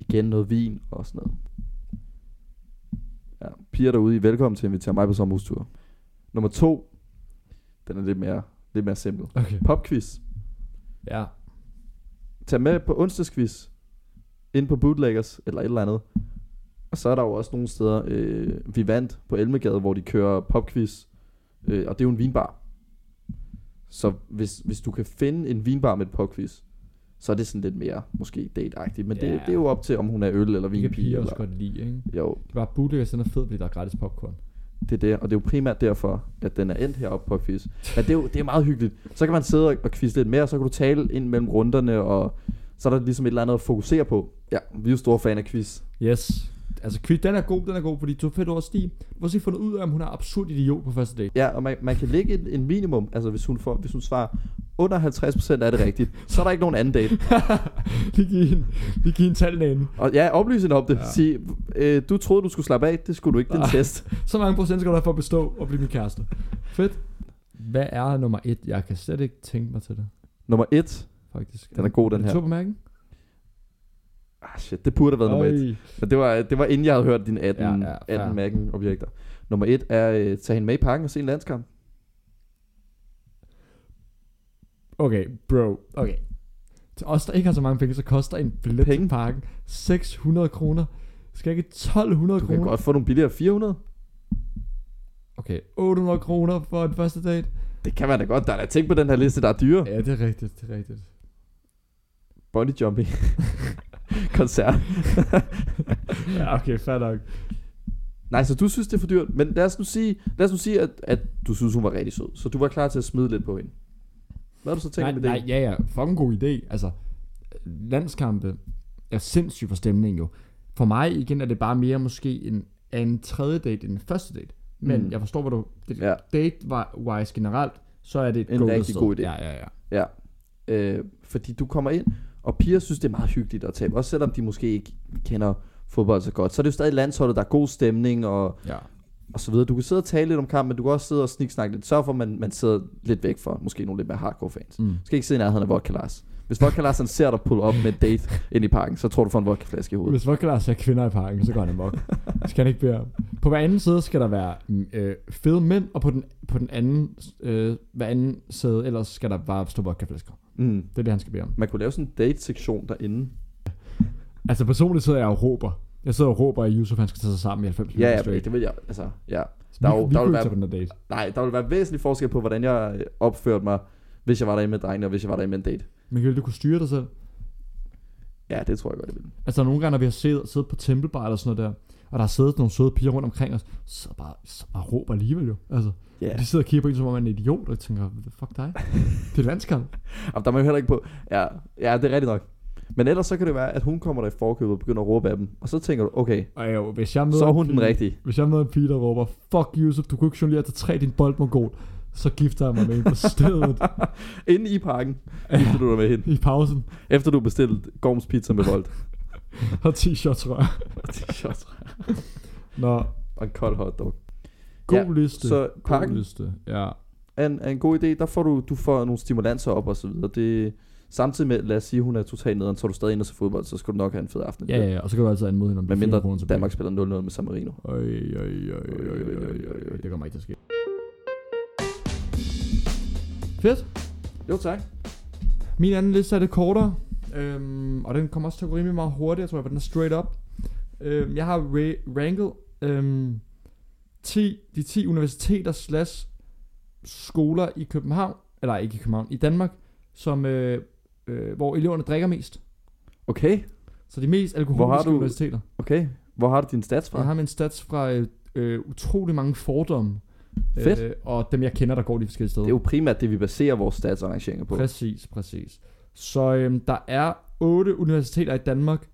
S1: igen noget vin, og sådan noget. Ja, piger derude, I er velkommen til at invitere mig på sommerhustur. Nummer to, den er lidt mere, lidt mere simpel.
S2: Okay.
S1: Popquiz.
S2: Ja.
S1: Tag med på onsdagsquiz ind på Bootleggers eller et eller andet. Og så er der jo også nogle steder, øh, vi vandt på Elmegade, hvor de kører popquiz. Øh, og det er jo en vinbar. Så hvis, hvis du kan finde en vinbar med et popquiz, så er det sådan lidt mere måske date Men
S2: Ja.
S1: det, det er jo op til, om hun er øl eller
S2: Vi kan
S1: vinpige.
S2: piger også
S1: Eller,
S2: godt lide, ikke?
S1: jo,
S2: Det var bootlegger sender fed, fordi der er gratis popcorn.
S1: det er det. Og det er jo primært derfor, at den er endt heroppe på quiz. Men det er jo det er meget hyggeligt. Så kan man sidde og, og quizze lidt mere, og så kan du tale ind mellem runderne, og så er der ligesom et eller andet at fokusere på. Ja, vi er jo store fan af quiz.
S2: Yes. Altså, quiz, den er god, den er god, fordi du har fedt over Stig. Du har sikkert fundet ud af, om hun er absurd idiot på første date.
S1: Ja, og man, man kan lægge en, en minimum, altså hvis hun, får, hvis hun svarer under 50% er det rigtigt, så er der ikke nogen anden date.
S2: lige give hende, lige give hende tallene inde.
S1: Og ja, oplys hende om det.
S2: Ja.
S1: Ja. Ah. Sige, øh, du troede, du skulle slappe af, det skulle du ikke, det er en
S2: Nej.
S1: test.
S2: Så mange procent skal du have for at bestå og blive min kæreste. Fedt. Hvad er nummer et? Jeg kan slet ikke tænke mig til det,
S1: Nummer 1,
S2: faktisk.
S1: den er god den
S2: det
S1: her.
S2: tur på mærken?
S1: Ah shit, det burde have været nummer 1.
S2: Øj.
S1: Men det var, det var inden jeg havde hørt dine 18,
S2: Ja,
S1: ja,
S2: ja,
S1: ja,
S2: fair.
S1: 18 mærken objekter. Nummer et er øh, tage hende med i parken og se en landskamp.
S2: Okay, bro. Okay. Til os, der ikke har så mange penge, så koster en billet
S1: Penge?
S2: til parken 600 kroner. Skal ikke 1200
S1: Du kan
S2: kroner?
S1: godt få nogle billigere 400.
S2: Okay, 800 kroner for en første date.
S1: Det kan man da godt. Der er da ting på den her liste, der er dyre.
S2: Ja, det er rigtigt, det er rigtigt.
S1: Body jumping. Koncert.
S2: Ja, okay, fair nok.
S1: Nej, så du synes, det er for dyrt. Men lad os nu sige, lad os nu sige at, at du synes, hun var rigtig sød. Så du var klar til at smide lidt på hende. Hvad har du så tænkt
S2: Nej,
S1: med det?
S2: nej, ja, ja. Fucking god idé. Altså, landskampe er sindssygt for stemning jo. For mig igen er det bare mere måske en, en tredje date end en første date. Men
S1: Mm.
S2: jeg forstår, hvad du... Det,
S1: Ja.
S2: Date-wise generelt, så er det et
S1: En
S2: golden
S1: rigtig
S2: sted.
S1: god idé.
S2: Ja, ja, ja.
S1: Ja. Øh, fordi du kommer ind, og piger synes, det er meget hyggeligt at tabe. Også selvom de måske ikke kender fodbold så godt. Så er det jo stadig landsholdet, der er god stemning, og
S2: ja.
S1: og så videre. Du kan sidde og tale lidt om kampen, men du kan også sidde og sniksnakke lidt. Sørg for, at man, man sidder lidt væk fra måske nogle lidt mere hardcore fans.
S2: Mm.
S1: Du skal ikke sidde i nærheden af vodka Lars. Hvis vodka Lars han ser dig pulle op med et date ind i parken, så tror du får en vodkaflaske i hovedet.
S2: Hvis folk lader sig kvinder i parken, så går han amok. Det skal han ikke bede om. På hver anden side skal der være mm, øh, fede mænd, og på den, på den anden, øh, hver anden side, ellers skal der bare stå vodkaflasker.
S1: Mm.
S2: Det er det, han skal bede om.
S1: Man kunne lave sådan en date-sektion derinde.
S2: Altså personligt sidder jeg og råber. Jeg sidder og råber, at Yusuf han skal tage sig sammen i 90
S1: Ja,
S2: minutter
S1: ja,
S2: straight.
S1: det vil jeg. Altså, ja.
S2: Der
S1: Der
S2: vi,
S1: er jo-
S2: vi
S1: der vil
S2: kunne
S1: være-
S2: ikke tage på den der date.
S1: Nej, der vil være væsentlig forskel på, hvordan jeg øh, opførte mig, hvis jeg var derinde med drengene, og hvis jeg var derinde med en date.
S2: Men ville du kunne styre dig selv?
S1: Ja, det tror jeg godt, jeg vil.
S2: Altså nogle gange, når vi har siddet, siddet på Tempelbar eller sådan noget der, og der har siddet nogle søde piger rundt omkring os, så bare, så bare råber alligevel jo. Altså,
S1: Ja.
S2: de sidder og kigger på en, som om man er en idiot, og jeg tænker, fuck dig. Det er landskamp.
S1: Og der er man jo heller ikke på. Ja, ja, det er rigtigt nok. Men ellers så kan det være, at hun kommer der i forkøbet og begynder at råbe af dem. Og så tænker du, okay,
S2: Og jo, hvis jeg møder
S1: så er
S2: en
S1: hun den
S2: pige-
S1: rigtige.
S2: Hvis jeg møder en pige, der råber, fuck Yusuf, du kunne ikke jonglere til tre din bold, mongol, så gifter jeg mig med en på stedet
S1: Inde i parken gifter du dig med hende
S2: i pausen.
S1: Efter du har bestilt Gorms pizza med vold
S2: Og t-shirt, tror jeg. Nå,
S1: Og en kold hotdog
S2: god
S1: Ja,
S2: liste.
S1: Så
S2: god
S1: pakken
S2: liste. Ja.
S1: er en, er en god idé Der får du, du får nogle stimulanser op og så videre Det, Samtidig med, lad os sige, hun er totalt nederen Så er du stadig inde og se fodbold Så skal du nok have en fed aften
S2: ja, ja, ja, og så kan du altid anmode hende om
S1: Men mindre
S2: 400 kroner tilbage.
S1: Danmark spiller 0-0 med San Marino
S2: Øj, øj, øj, øj, øj, øj, øj, øj, det kommer ikke til at ske. Fedt.
S1: Jo tak
S2: Min anden liste er det kortere, øhm, og den kommer også til at gå rimelig meget hurtigt. Jeg tror, at den er straight up. Øhm, jeg har ra- ranket øhm, 10, de 10 universiteter slash skoler i København, eller ikke i København, i Danmark, som, øh, øh, hvor eleverne drikker mest.
S1: Okay,
S2: Så de mest alkoholiske
S1: du-
S2: universiteter.
S1: okay Hvor har du din stats fra?
S2: Jeg har min stats fra øh, øh, utrolig mange fordomme
S1: Fedt.
S2: Øh, og dem, jeg kender, der går de forskellige steder.
S1: Det er jo primært det, vi baserer vores statsarrangeringer på.
S2: Præcis, præcis. Så øhm, der er otte universiteter i Danmark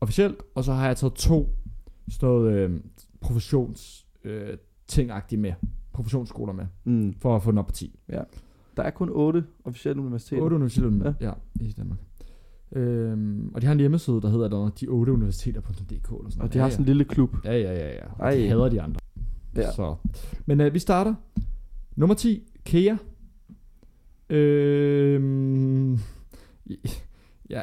S2: officielt, og så har jeg taget to sådan noget øhm, professions øh, tingagtige med, professionsskoler med,
S1: Mm.
S2: for at få den op på 10.
S1: Der er kun otte officielle universiteter.
S2: Otte universiteter med, ja. ja, i Danmark. Øhm, og de har en hjemmeside, der hedder noget, de otte universiteter.dk eller sådan
S1: Og de
S2: noget.
S1: har sådan en lille klub.
S2: ja, ja, ja, ja, ja. Og
S1: Ej.
S2: de hader de andre.
S1: Ja.
S2: Så. Men øh, vi starter. Nummer 10, Kea. Øhm, ja,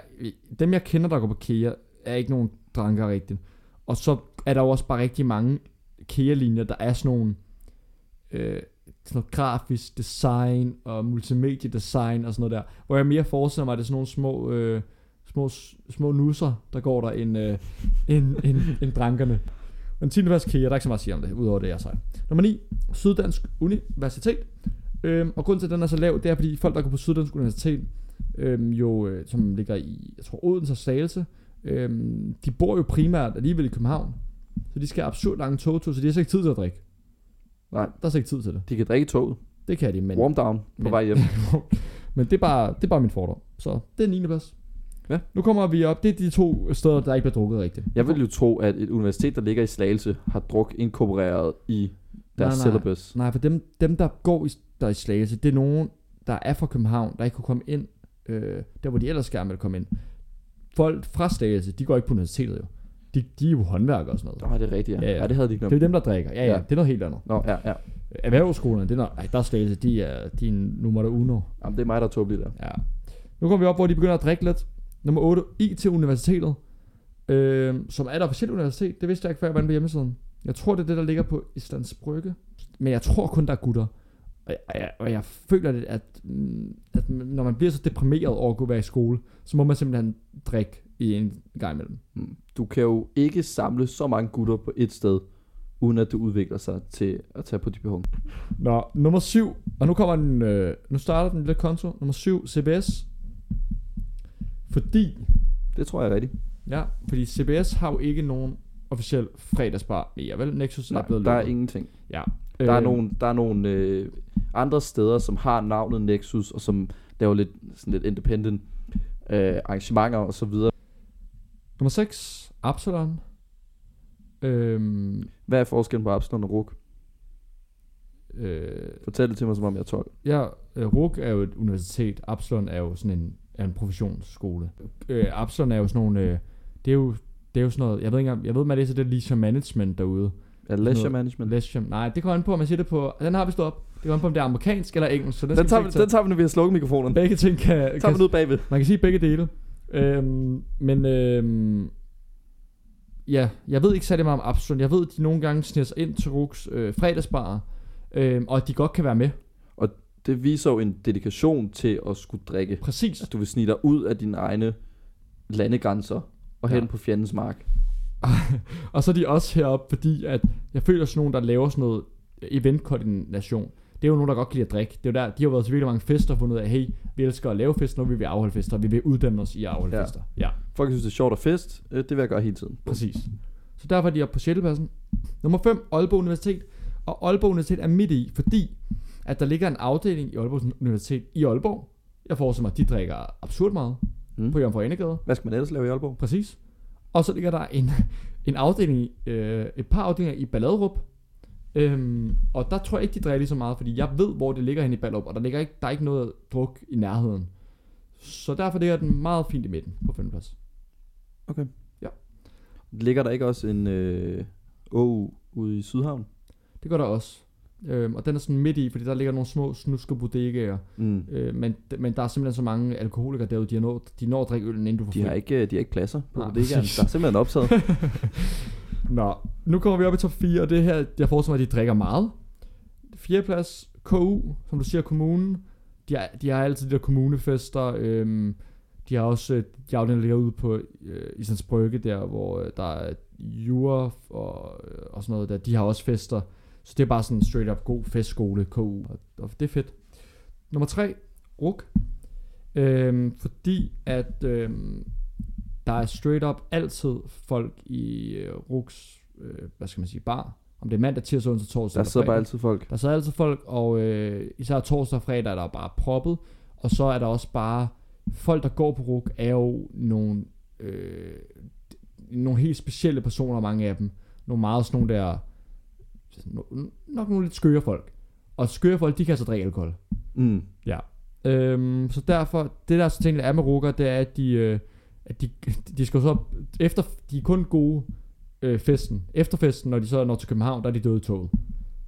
S2: dem jeg kender, der går på Kea, er ikke nogen dranker rigtigt. Og så er der jo også bare rigtig mange Kea-linjer, der er sådan nogle, øh, sådan noget grafisk design og multimediedesign og sådan noget der. Hvor jeg mere forestiller mig, at det er sådan nogle små, øh, små, små nusser, der går der, end, øh, end, end, end drankerne. Men 10. vers Kea, der er ikke så meget at sige om det, udover det, jeg sagde. Nummer 9. Syddansk Universitet. Øhm, og grunden til, at den er så lav, det er, fordi folk, der går på Syddansk Universitet, øhm, jo, øh, som ligger i, jeg tror, Odense og Slagelse, øhm, de bor jo primært alligevel i København. Så de skal have absurd lange togtur, så de har slet ikke tid til at drikke.
S1: Nej.
S2: Der er slet ikke tid til det.
S1: De kan drikke toget.
S2: Det kan de, men...
S1: Warm down på
S2: men-
S1: vej hjem.
S2: Men det er bare, det er bare min fordom. Så det er 9. plads.
S1: Ja.
S2: Nu kommer vi op. Det er de to steder, der ikke bliver drukket rigtigt.
S1: Jeg vil jo tro, at et universitet, der ligger i Slagelse, har druk inkorporeret i deres
S2: Nej, nej.
S1: syllabus.
S2: Nej, for dem, dem der går i, der er i Slagelse, det er nogen, der er fra København, der ikke kunne komme ind, øh, der hvor de ellers gerne ville komme ind. Folk fra Slagelse, de går ikke på universitetet jo. De, de er jo håndværkere og sådan noget.
S1: Nå, det er rigtigt, ja.
S2: Ja,
S1: ja,
S2: ja.
S1: ja. ja det havde de ikke
S2: Det er
S1: glemt.
S2: jo dem, der drikker. Ja, ja,
S1: Ja.
S2: det er noget helt andet.
S1: Nå, ja, ja.
S2: Erhvervsskolerne, det er noget, ej, der er Slagelse, de er, de er nummer uno.
S1: Jamen, det er mig, der er tåbelig der.
S2: Ja. Nu kommer vi op, hvor de begynder at drikke lidt. Nummer 8, IT-universitetet, øh, som er et officielt universitet. Det vidste jeg ikke, før jeg var inde på hjemmesiden. Jeg tror, det er det, der ligger på Islands Brygge. Men jeg tror kun, der er gutter. Og jeg, og jeg, og jeg føler lidt, at, mm, at når man bliver så deprimeret over at kunne være i skole, så må man simpelthen drikke i en gang imellem.
S1: Mm. Du kan jo ikke samle så mange gutter på et sted, uden at det udvikler sig til at tage på de behov.
S2: Nå, nummer 7. Og nu kommer den, øh, nu starter den lidt konto. Nummer 7, CBS. Fordi
S1: Det tror jeg er rigtigt.
S2: Ja, fordi CBS har jo ikke nogen officiel fredagsbar mere, vel? Nexus
S1: Nej,
S2: er blevet
S1: der er
S2: lukket.
S1: ingenting.
S2: Ja.
S1: Der er
S2: Øh,
S1: nogle, der er nogle øh, andre steder, som har navnet Nexus, og som laver lidt, sådan lidt independent øh, arrangementer og så videre.
S2: Nummer 6, Absalon. Øhm,
S1: Hvad er forskellen på Absalon og RUK?
S2: øh,
S1: Fortæl det til mig, som om jeg er 12.
S2: ja, øh, RUG er jo et universitet. Absalon er jo sådan en, er en professionsskole. Øh, Absalon er jo sådan nogle... Øh, det er jo det er jo sådan noget, jeg ved ikke engang, jeg ved, man læser det leisure management derude.
S1: Er leisure
S2: noget-
S1: management?
S2: Leisure, nej, det kommer an på, om man siger det på, den har vi stået op. Det kommer an på, om det er amerikansk eller engelsk, så
S1: Den
S2: den, skal
S1: tager,
S2: vi
S1: vi,
S2: ikke tage.
S1: den tager vi, når vi har slukket mikrofonen.
S2: Begge ting kan,
S1: Tager
S2: kan
S1: vi den ud bagved.
S2: Man kan sige begge dele. Øhm, men øhm, ja, jeg ved ikke særlig meget om Absalon. Jeg ved, at de nogle gange sniger sig ind til Rux øh, fredagsbarer, øhm, og at de godt kan være med.
S1: Det viser jo en dedikation til at skulle drikke.
S2: Præcis.
S1: At du vil snige dig ud af dine egne landegrænser og hen
S2: Ja.
S1: på fjendens mark.
S2: Og så er de også heroppe, fordi at jeg føler sådan nogen, der laver sådan noget eventkoordination. Det er jo nogen, der godt kan lide at drikke. Det er jo der, de har været til virkelig mange fester og fundet ud af, hey, vi elsker at lave fester, nu vil vi afholde fester, vi vil uddanne os i at afholde ja.
S1: Ja.
S2: fester. Ja,
S1: Folk synes, det er sjovt at fest. Øh, Det vil jeg gøre hele tiden.
S2: præcis. Så derfor er de oppe på 6. pladsen. Nummer 5, Aalborg Universitet. Og Aalborg Universitet er midt i, fordi at der ligger en afdeling i Aalborg Universitet i Aalborg. Jeg forestiller mig, at de drikker absurd meget mm.
S1: Mm.
S2: på Jørgen Forenegade.
S1: Hvad skal man ellers lave i Aalborg?
S2: Præcis. Og så ligger der en, en afdeling, i- øh, et par afdelinger i Balladrup. Øhm, og der tror jeg ikke, de drikker lige så meget, fordi jeg ved, hvor det ligger hen i Balladrup, og der, ligger ikke, der er ikke noget druk i nærheden. Så derfor ligger den meget fint i midten på 5. plads.
S1: Ligger der ikke også en øh, å ude i Sydhavn?
S2: Det gør der også. Øhm, og den er sådan midt i, fordi der ligger nogle små snuskede bodegaer.
S1: Mm.
S2: Øh, men, men der er simpelthen så mange alkoholikere derude, de, har nået, de når at drikke øl, inden du får
S1: De
S2: fri.
S1: har ikke, øh, de har ikke pladser på
S2: Nej,
S1: det ikke.
S2: præcis.
S1: Der er simpelthen optaget.
S2: Nå, nu kommer vi op i top 4, og det her, jeg forestiller mig, at de drikker meget. 4. plads, KU, som du siger, kommunen. De har, de har altid de der kommunefester. Øhm, de har også, øh, de afdelinger der ligger ude på øh, Islands Brygge, der hvor øh, der er jura og, øh, og sådan noget der. De har også fester. Så det er bare sådan en straight up god festskole, KU. Og, og det er fedt. Nummer 3, RUK. Øhm, fordi at øhm, der er straight up altid folk i øh, Ruks, øh, hvad skal man sige, bar Om det er mandag, tirsdag, onsdag, torsdag
S1: Der
S2: eller
S1: sidder
S2: fredag.
S1: bare altid folk.
S2: Der sidder altid folk, og øh, især torsdag og fredag er der bare proppet, og så er der også bare, folk der går på RUK er jo nogle, øh, nogle helt specielle personer, mange af dem. Nogle meget sådan nogle der, no- nok nogle lidt skøre folk. Og skøre folk, de kan altså drikke alkohol.
S1: Mm.
S2: Øhm, så derfor, det der så tænker er med rukker, det er, at de, øh, at de, de skal jo så, efter, de er kun gode øh, festen. Efter festen, når de så når til København, der er de døde i toget.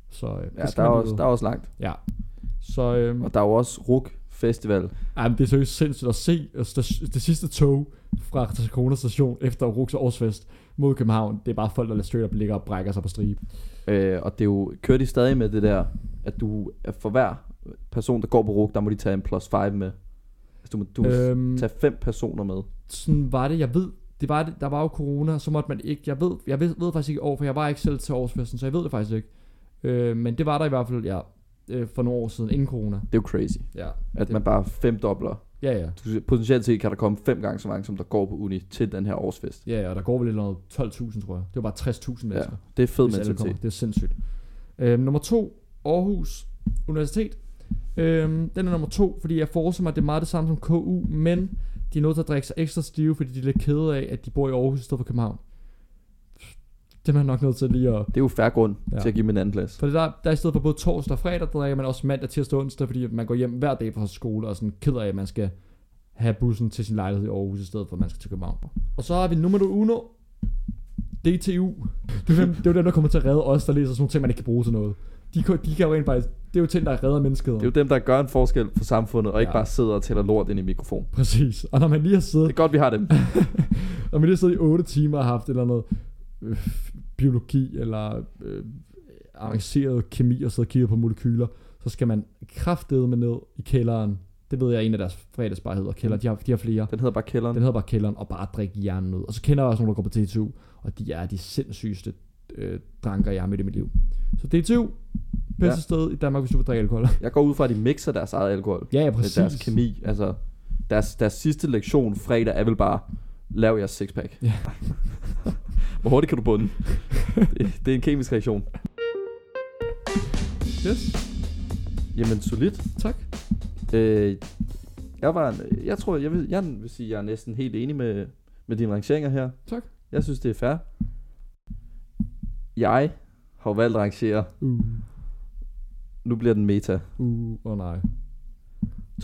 S2: Så øh,
S1: Ja,
S2: det skal
S1: der er,
S2: man
S1: også,
S2: vide.
S1: der er også langt.
S2: Så øhm,
S1: Og der er jo også RUK Festival.
S2: ej, men det er seriøst sindssygt at se altså, det, det sidste tog fra Karlskrona station efter Ruxa Årsfest mod København. Det er bare folk, der lader straight up ligger og brækker sig på stribe.
S1: Øh, og det er jo, kører de stadig med det der, at du at for hver person, der går på RUK, der må de tage en plus 5 med. Altså, du må, du må øhm.
S2: Øhm,
S1: tage fem personer med.
S2: sådan var det, jeg ved, det var det, der var jo corona, så måtte man ikke, jeg ved, jeg ved, ved faktisk ikke over, for jeg var ikke selv til årsfesten, så jeg ved det faktisk ikke. Øh, men det var der i hvert fald, ja, øh, for nogle år siden, inden corona.
S1: Det er jo crazy,
S2: Ja,
S1: at
S2: Det-
S1: man bare femdobler.
S2: ja, ja.
S1: Du- Potentielt set kan der komme fem gange så mange, som der går på uni til den her årsfest.
S2: Ja, ja, og der går vel lidt noget 12.000, tror jeg. Det var bare 60.000
S1: Ja,
S2: mennesker.
S1: det er fed
S2: hvis alle kommer.
S1: mentalitet.
S2: Det er sindssygt. Øhm, nummer to, Aarhus Universitet. Øhm, den er nummer to, fordi jeg forestiller mig, at det er meget det samme som KU, men de er nødt til at drikke sig ekstra stive, fordi de er lidt kede af, at de bor i Aarhus i stedet for København. Dem er nok nødt til lige at...
S1: Det er jo færre grund
S2: Ja.
S1: ja. til at give dem en anden plads.
S2: For det der, der er i stedet for både torsdag og fredag, der drikker man også mandag, tirsdag og onsdag, fordi man går hjem hver dag fra skole og er sådan ked af, at man skal have bussen til sin lejlighed i Aarhus, i stedet for at man skal til København. Og så har vi nummer uno, DTU. Det er jo dem, det er jo dem, der kommer til at redde os, der læser sådan nogle ting, man ikke kan bruge til noget. De, kan- de kan jo rent faktisk, det er jo ting, der redder mennesket.
S1: Det er jo dem, der gør en forskel for samfundet, og ikke
S2: Ja.
S1: bare sidder og tæller lort ind i mikrofon.
S2: Præcis. Og når man lige har siddet
S1: Det er godt, vi har dem.
S2: Og man lige har siddet i 8 timer og haft et eller andet øh, biologi eller øh, avanceret kemi og siddet og kigget på molekyler, så skal man kraftedeme ned i kælderen. Det ved jeg, en af deres fredagsbar hedder
S1: Mm.
S2: kælder. De har, de har flere.
S1: Den hedder bare kælderen.
S2: Den hedder bare kælderen, og bare drikke hjernen ud. Og så kender jeg også nogle, der går på DTU, og de er de sindssygeste øh, dranker, jeg har mødt i mit liv. Så DTU, bedste
S1: Ja.
S2: ja. sted i Danmark, hvis du vil drikke alkohol.
S1: Jeg går ud fra, at de mixer deres eget alkohol.
S2: ja, ja,
S1: Med
S2: præcis.
S1: deres kemi. Altså, deres, deres sidste lektion fredag er vel bare, lav jeres sixpack.
S2: Ja.
S1: Hvor hurtigt kan du bunde? det, det er en kemisk reaktion.
S2: Yes,
S1: Jamen, solidt.
S2: tak.
S1: Øh, jeg, var en, jeg tror, jeg vil, jeg vil sige, jeg er næsten helt enig med, med dine rangeringer her.
S2: Tak.
S1: Jeg synes, det er fair. Jeg har jo valgt at rangere,
S2: Uh,
S1: nu bliver den meta,
S2: uh, åh oh, nej.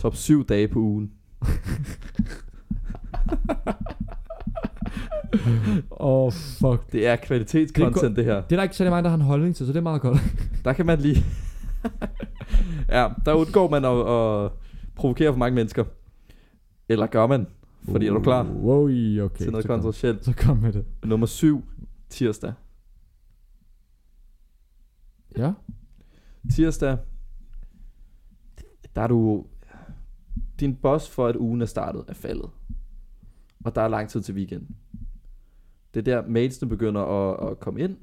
S1: top 7 dage på ugen.
S2: Åh, oh, fuck.
S1: Det er kvalitetscontent, det her.
S2: Det er der ikke særlig mange, der har en holdning til, så det er meget godt.
S1: Der kan man lige... ja, der undgår man at, at provokere for mange mennesker. Eller gør man, fordi er du klar okay,
S2: Wow, Uh, okay.
S1: til noget
S2: så kom-
S1: kontroversielt.
S2: Så kom med det.
S1: Nummer 7, tirsdag.
S2: Ja.
S1: Tirsdag, der er du... Din boss for, at ugen er startet, er faldet. Og der er lang tid til weekend. Det er der, mailsene begynder at, at komme ind.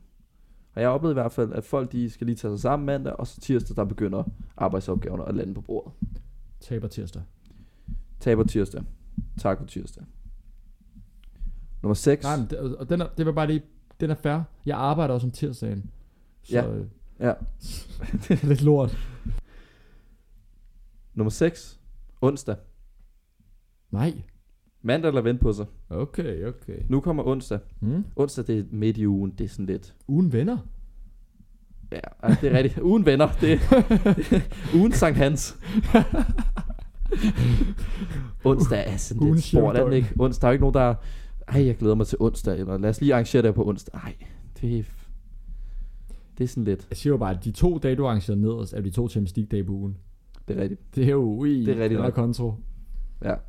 S1: Og jeg oplevede i hvert fald, at folk de skal lige tage sig sammen mandag, og så tirsdag, der begynder arbejdsopgaverne at lande på bordet.
S2: Taber tirsdag.
S1: Taber tirsdag. Tak for tirsdag. Nummer 6.
S2: Nej, men det, og den er, det var bare lige, den er fair. Jeg arbejder også om tirsdagen. Så,
S1: Ja.
S2: øh,
S1: Ja.
S2: det er lidt lort.
S1: Nummer 6. Onsdag.
S2: Nej.
S1: Mandag lader vente på sig.
S2: Okay, okay.
S1: Nu kommer onsdag.
S2: Mm.
S1: Onsdag, det er midt i ugen. Det er sådan lidt...
S2: Ugen venner.
S1: Ja, altså, det er rigtigt. Ugen venner. Det er, ugen Sankt Hans. onsdag er sådan
S2: Ugen
S1: lidt sport, er den
S2: Sjøvndøgn.
S1: ikke? Onsdag, der er jo ikke nogen, der... Ej, jeg glæder mig til onsdag. Eller lad os lige arrangere det her på onsdag. Ej, det er... Det er sådan lidt...
S2: Jeg siger jo bare, at de to dage, du arrangerer nederst, er jo de to Champions League-dage på ugen.
S1: Det er rigtigt.
S2: Det er jo i
S1: Det er rigtigt
S2: den er
S1: nok.
S2: kontro.
S1: Ej,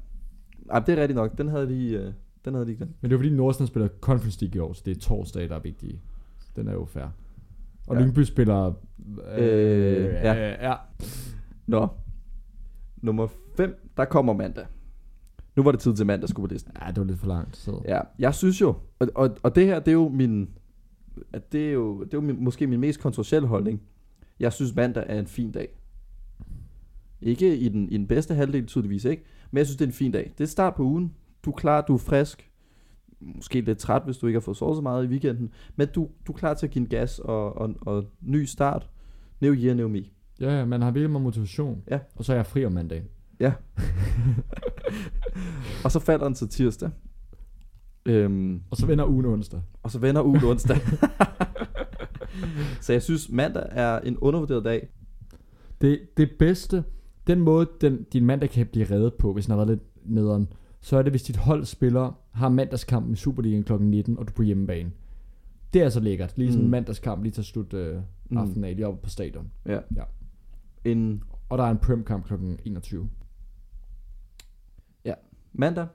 S1: det er rigtigt nok. Den havde lige... Øh, den havde lige den.
S2: Men det er jo fordi, Nordsjælland spiller Conference League i år, så det er torsdag, der er vigtige. Den er jo fair. Og
S1: Ja.
S2: ja. Lyngby spiller...
S1: Øh, ja.
S2: øh, ja.
S1: Nå. Nummer 5, der kommer mandag. Nu var det tid til mandag skulle på listen.
S2: Ja, det var lidt for langt. Så.
S1: Ja, jeg synes jo, og, og, og det her, det er jo min, at det er jo, det er jo min, måske min mest kontroversielle holdning. Jeg synes mandag er en fin dag. Ikke i den, i den bedste halvdel tydeligvis ikke, men jeg synes det er en fin dag. Det er start på ugen, du er klar, du er frisk, måske lidt træt, hvis du ikke har fået sovet så meget i weekenden, men du, du er klar til at give en gas og, og, og ny start. New year, new me.
S2: Ja, ja, man har virkelig meget motivation.
S1: Ja.
S2: Og så er jeg fri om mandagen.
S1: Og så falder den til tirsdag. Øhm,
S2: Og så vender ugen onsdag.
S1: og så vender ugen onsdag. så jeg synes, mandag er en undervurderet dag.
S2: Det, det bedste, den måde, den, din mandag kan blive reddet på, hvis den har været lidt nederen, så er det, hvis dit hold spiller, har mandagskampen i Superligaen kl. 19, og du er på hjemmebane. Det er altså lækkert. Lige sådan en
S1: Mm.
S2: mandagskamp lige til slut øh,
S1: Mm.
S2: aftenen af, lige oppe på stadion.
S1: En
S2: Og der er en prem-kamp kl. 21.
S1: mandag.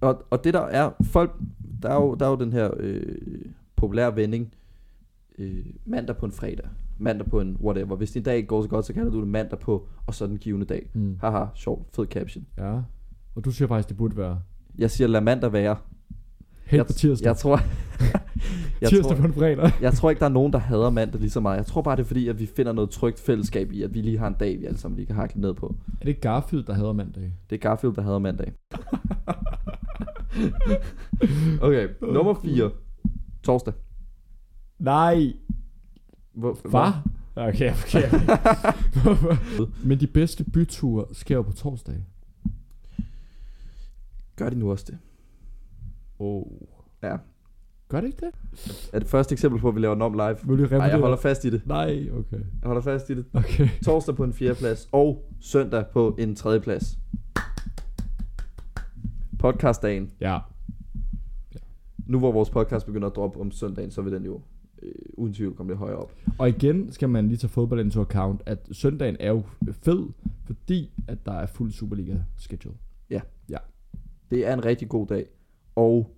S1: Og, og det der er, folk, der er jo, der er jo den her øh, populære vending, øh, mandag på en fredag, mandag på en whatever. Hvis din dag ikke går så godt, så kalder du det mandag på, og så den givende dag.
S2: Mm.
S1: Haha, sjov, fed caption.
S2: Ja. Og du siger faktisk, det burde være
S1: Jeg siger, lad mandag være.
S2: helt
S1: jeg,
S2: på tirsdag.
S1: Jeg tror, jeg,
S2: tirsdag
S1: tror,
S2: på en fredag.
S1: jeg tror ikke, der er nogen, der hader mandag lige så meget. Jeg tror bare, det er fordi, at vi finder noget trygt fællesskab i, at vi lige har en dag, vi alle sammen lige kan hakle ned på.
S2: Er det Garfield, der hader mandag?
S1: Det er Garfield, der hader mandag. okay, nummer 4. Torsdag.
S2: Nej.
S1: Hvor,
S2: Hvad? Okay, okay. Men de bedste byture sker jo på torsdag.
S1: Gør de nu også det?
S2: Oh.
S1: Ja.
S2: Gør det ikke det?
S1: Er det første eksempel på, at vi laver en om live?
S2: Vil du
S1: Nej, jeg holder fast i det.
S2: Nej, okay.
S1: Jeg holder fast i det.
S2: Okay.
S1: Torsdag på en fjerde plads, og søndag på en tredje plads. Podcastdagen.
S2: Ja.
S1: Nu hvor vores podcast begynder at droppe om søndagen, så vil den jo øh, uden tvivl komme lidt højere op.
S2: Og igen skal man lige tage fodbold into account, at søndagen er jo fed, fordi at der er fuld Superliga-schedule.
S1: Det er en rigtig god dag. Og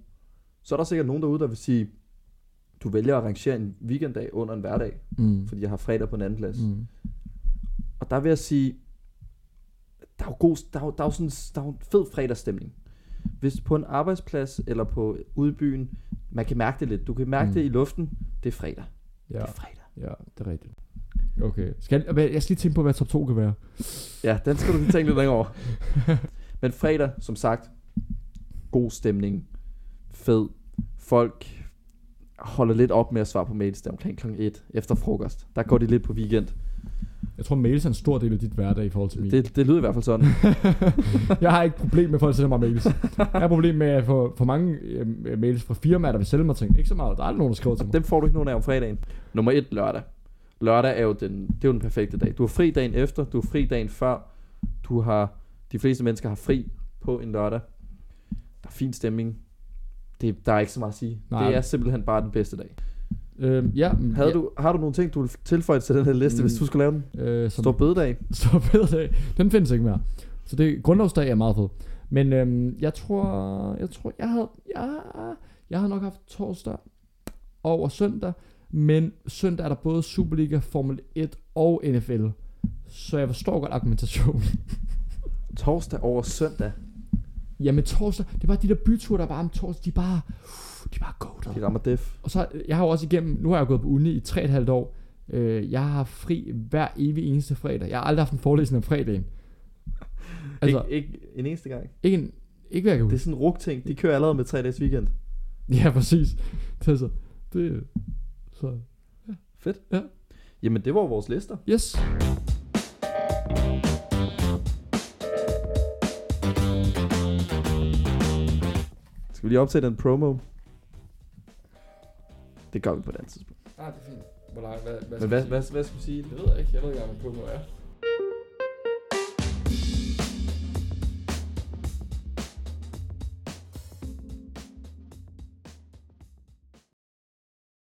S1: så er der sikkert nogen derude, der vil sige, du vælger at arrangere en weekenddag under en hverdag,
S2: Mm.
S1: fordi jeg har fredag på en anden plads. Mm.
S2: Mm.
S1: Og der vil jeg sige, der er jo, god, der er jo, der er jo sådan, der er jo en fed fredagsstemning. Hvis på en arbejdsplads eller på ude i byen, man kan mærke det lidt. Du kan mærke
S2: Mm.
S1: mm. det i luften. Det er fredag. Ja.
S2: Ja,
S1: Det er fredag.
S2: ja, det er rigtigt. Okay. Skal jeg, jeg skal lige tænke på, hvad top 2 kan være.
S1: Ja, den skal du lige tænke lidt længere over. Men fredag, som sagt, god stemning, fed, folk holder lidt op med at svare på mails der omkring kl. 1 efter frokost. Der går de lidt på weekend.
S2: Jeg tror, mails er en stor del af dit hverdag i forhold til min.
S1: Det, det lyder i hvert fald sådan.
S2: jeg har ikke problem med, at folk sender mig mails. Jeg har problem med at få for mange øh, mails fra firmaer, der vil sælge mig ting. Ikke så meget. Der er aldrig nogen, der skriver til mig.
S1: Dem får du ikke nogen af om fredagen. Nummer 1, lørdag. Lørdag er jo den, det er jo den perfekte dag. Du har fri dagen efter, du har fri dagen før. Du har, de fleste mennesker har fri på en lørdag. Der er fin stemning. Det, der er ikke så meget at sige.
S2: Nej.
S1: Nej. Det er simpelthen bare den bedste dag.
S2: Øhm, ja, men-
S1: Havde
S2: ja,
S1: ja. du, har du nogle ting, du vil tilføje til den her liste,
S2: Mm.
S1: mm. hvis du skulle lave den?
S2: Øh, som,
S1: Stor bededag.
S2: Stor bededag. Den findes ikke mere. Så det grundlovsdag er meget fed. Men øhm, jeg tror, jeg tror, jeg havde, jeg, jeg havde nok haft torsdag over søndag. Men søndag er der både Superliga, Formel 1 og NFL. Så jeg forstår godt argumentationen.
S1: Torsdag over søndag.
S2: Jamen torsdag, det er bare de der byture, der var om torsdag, de er bare, de er bare goated.
S1: De rammer def.
S2: Og så, øh, jeg har jo også igennem, nu har jeg gået på uni i 3,5 år. Øh, jeg har fri hver evig eneste fredag. Jeg har aldrig haft en forelæsning om fredagen. Altså,
S1: Altså, Ik- ikke en eneste gang.
S2: ikke, en, ikke hvad jeg kan
S1: Det
S2: huske.
S1: er sådan en rugting. De kører allerede med tre dages weekend.
S2: Ja, præcis. Det er så, det, så.
S1: Fedt.
S2: Ja.
S1: Jamen, det var vores lister.
S2: Yes.
S1: Skal vi lige optage den promo? Det gør vi på et andet tidspunkt.
S2: Ah, det er fint. Hvor langt, hvad,
S1: Men Altså, hvad, hvad, hvad skal vi sige?
S2: ved jeg ikke, jeg ved ikke, hvad på er.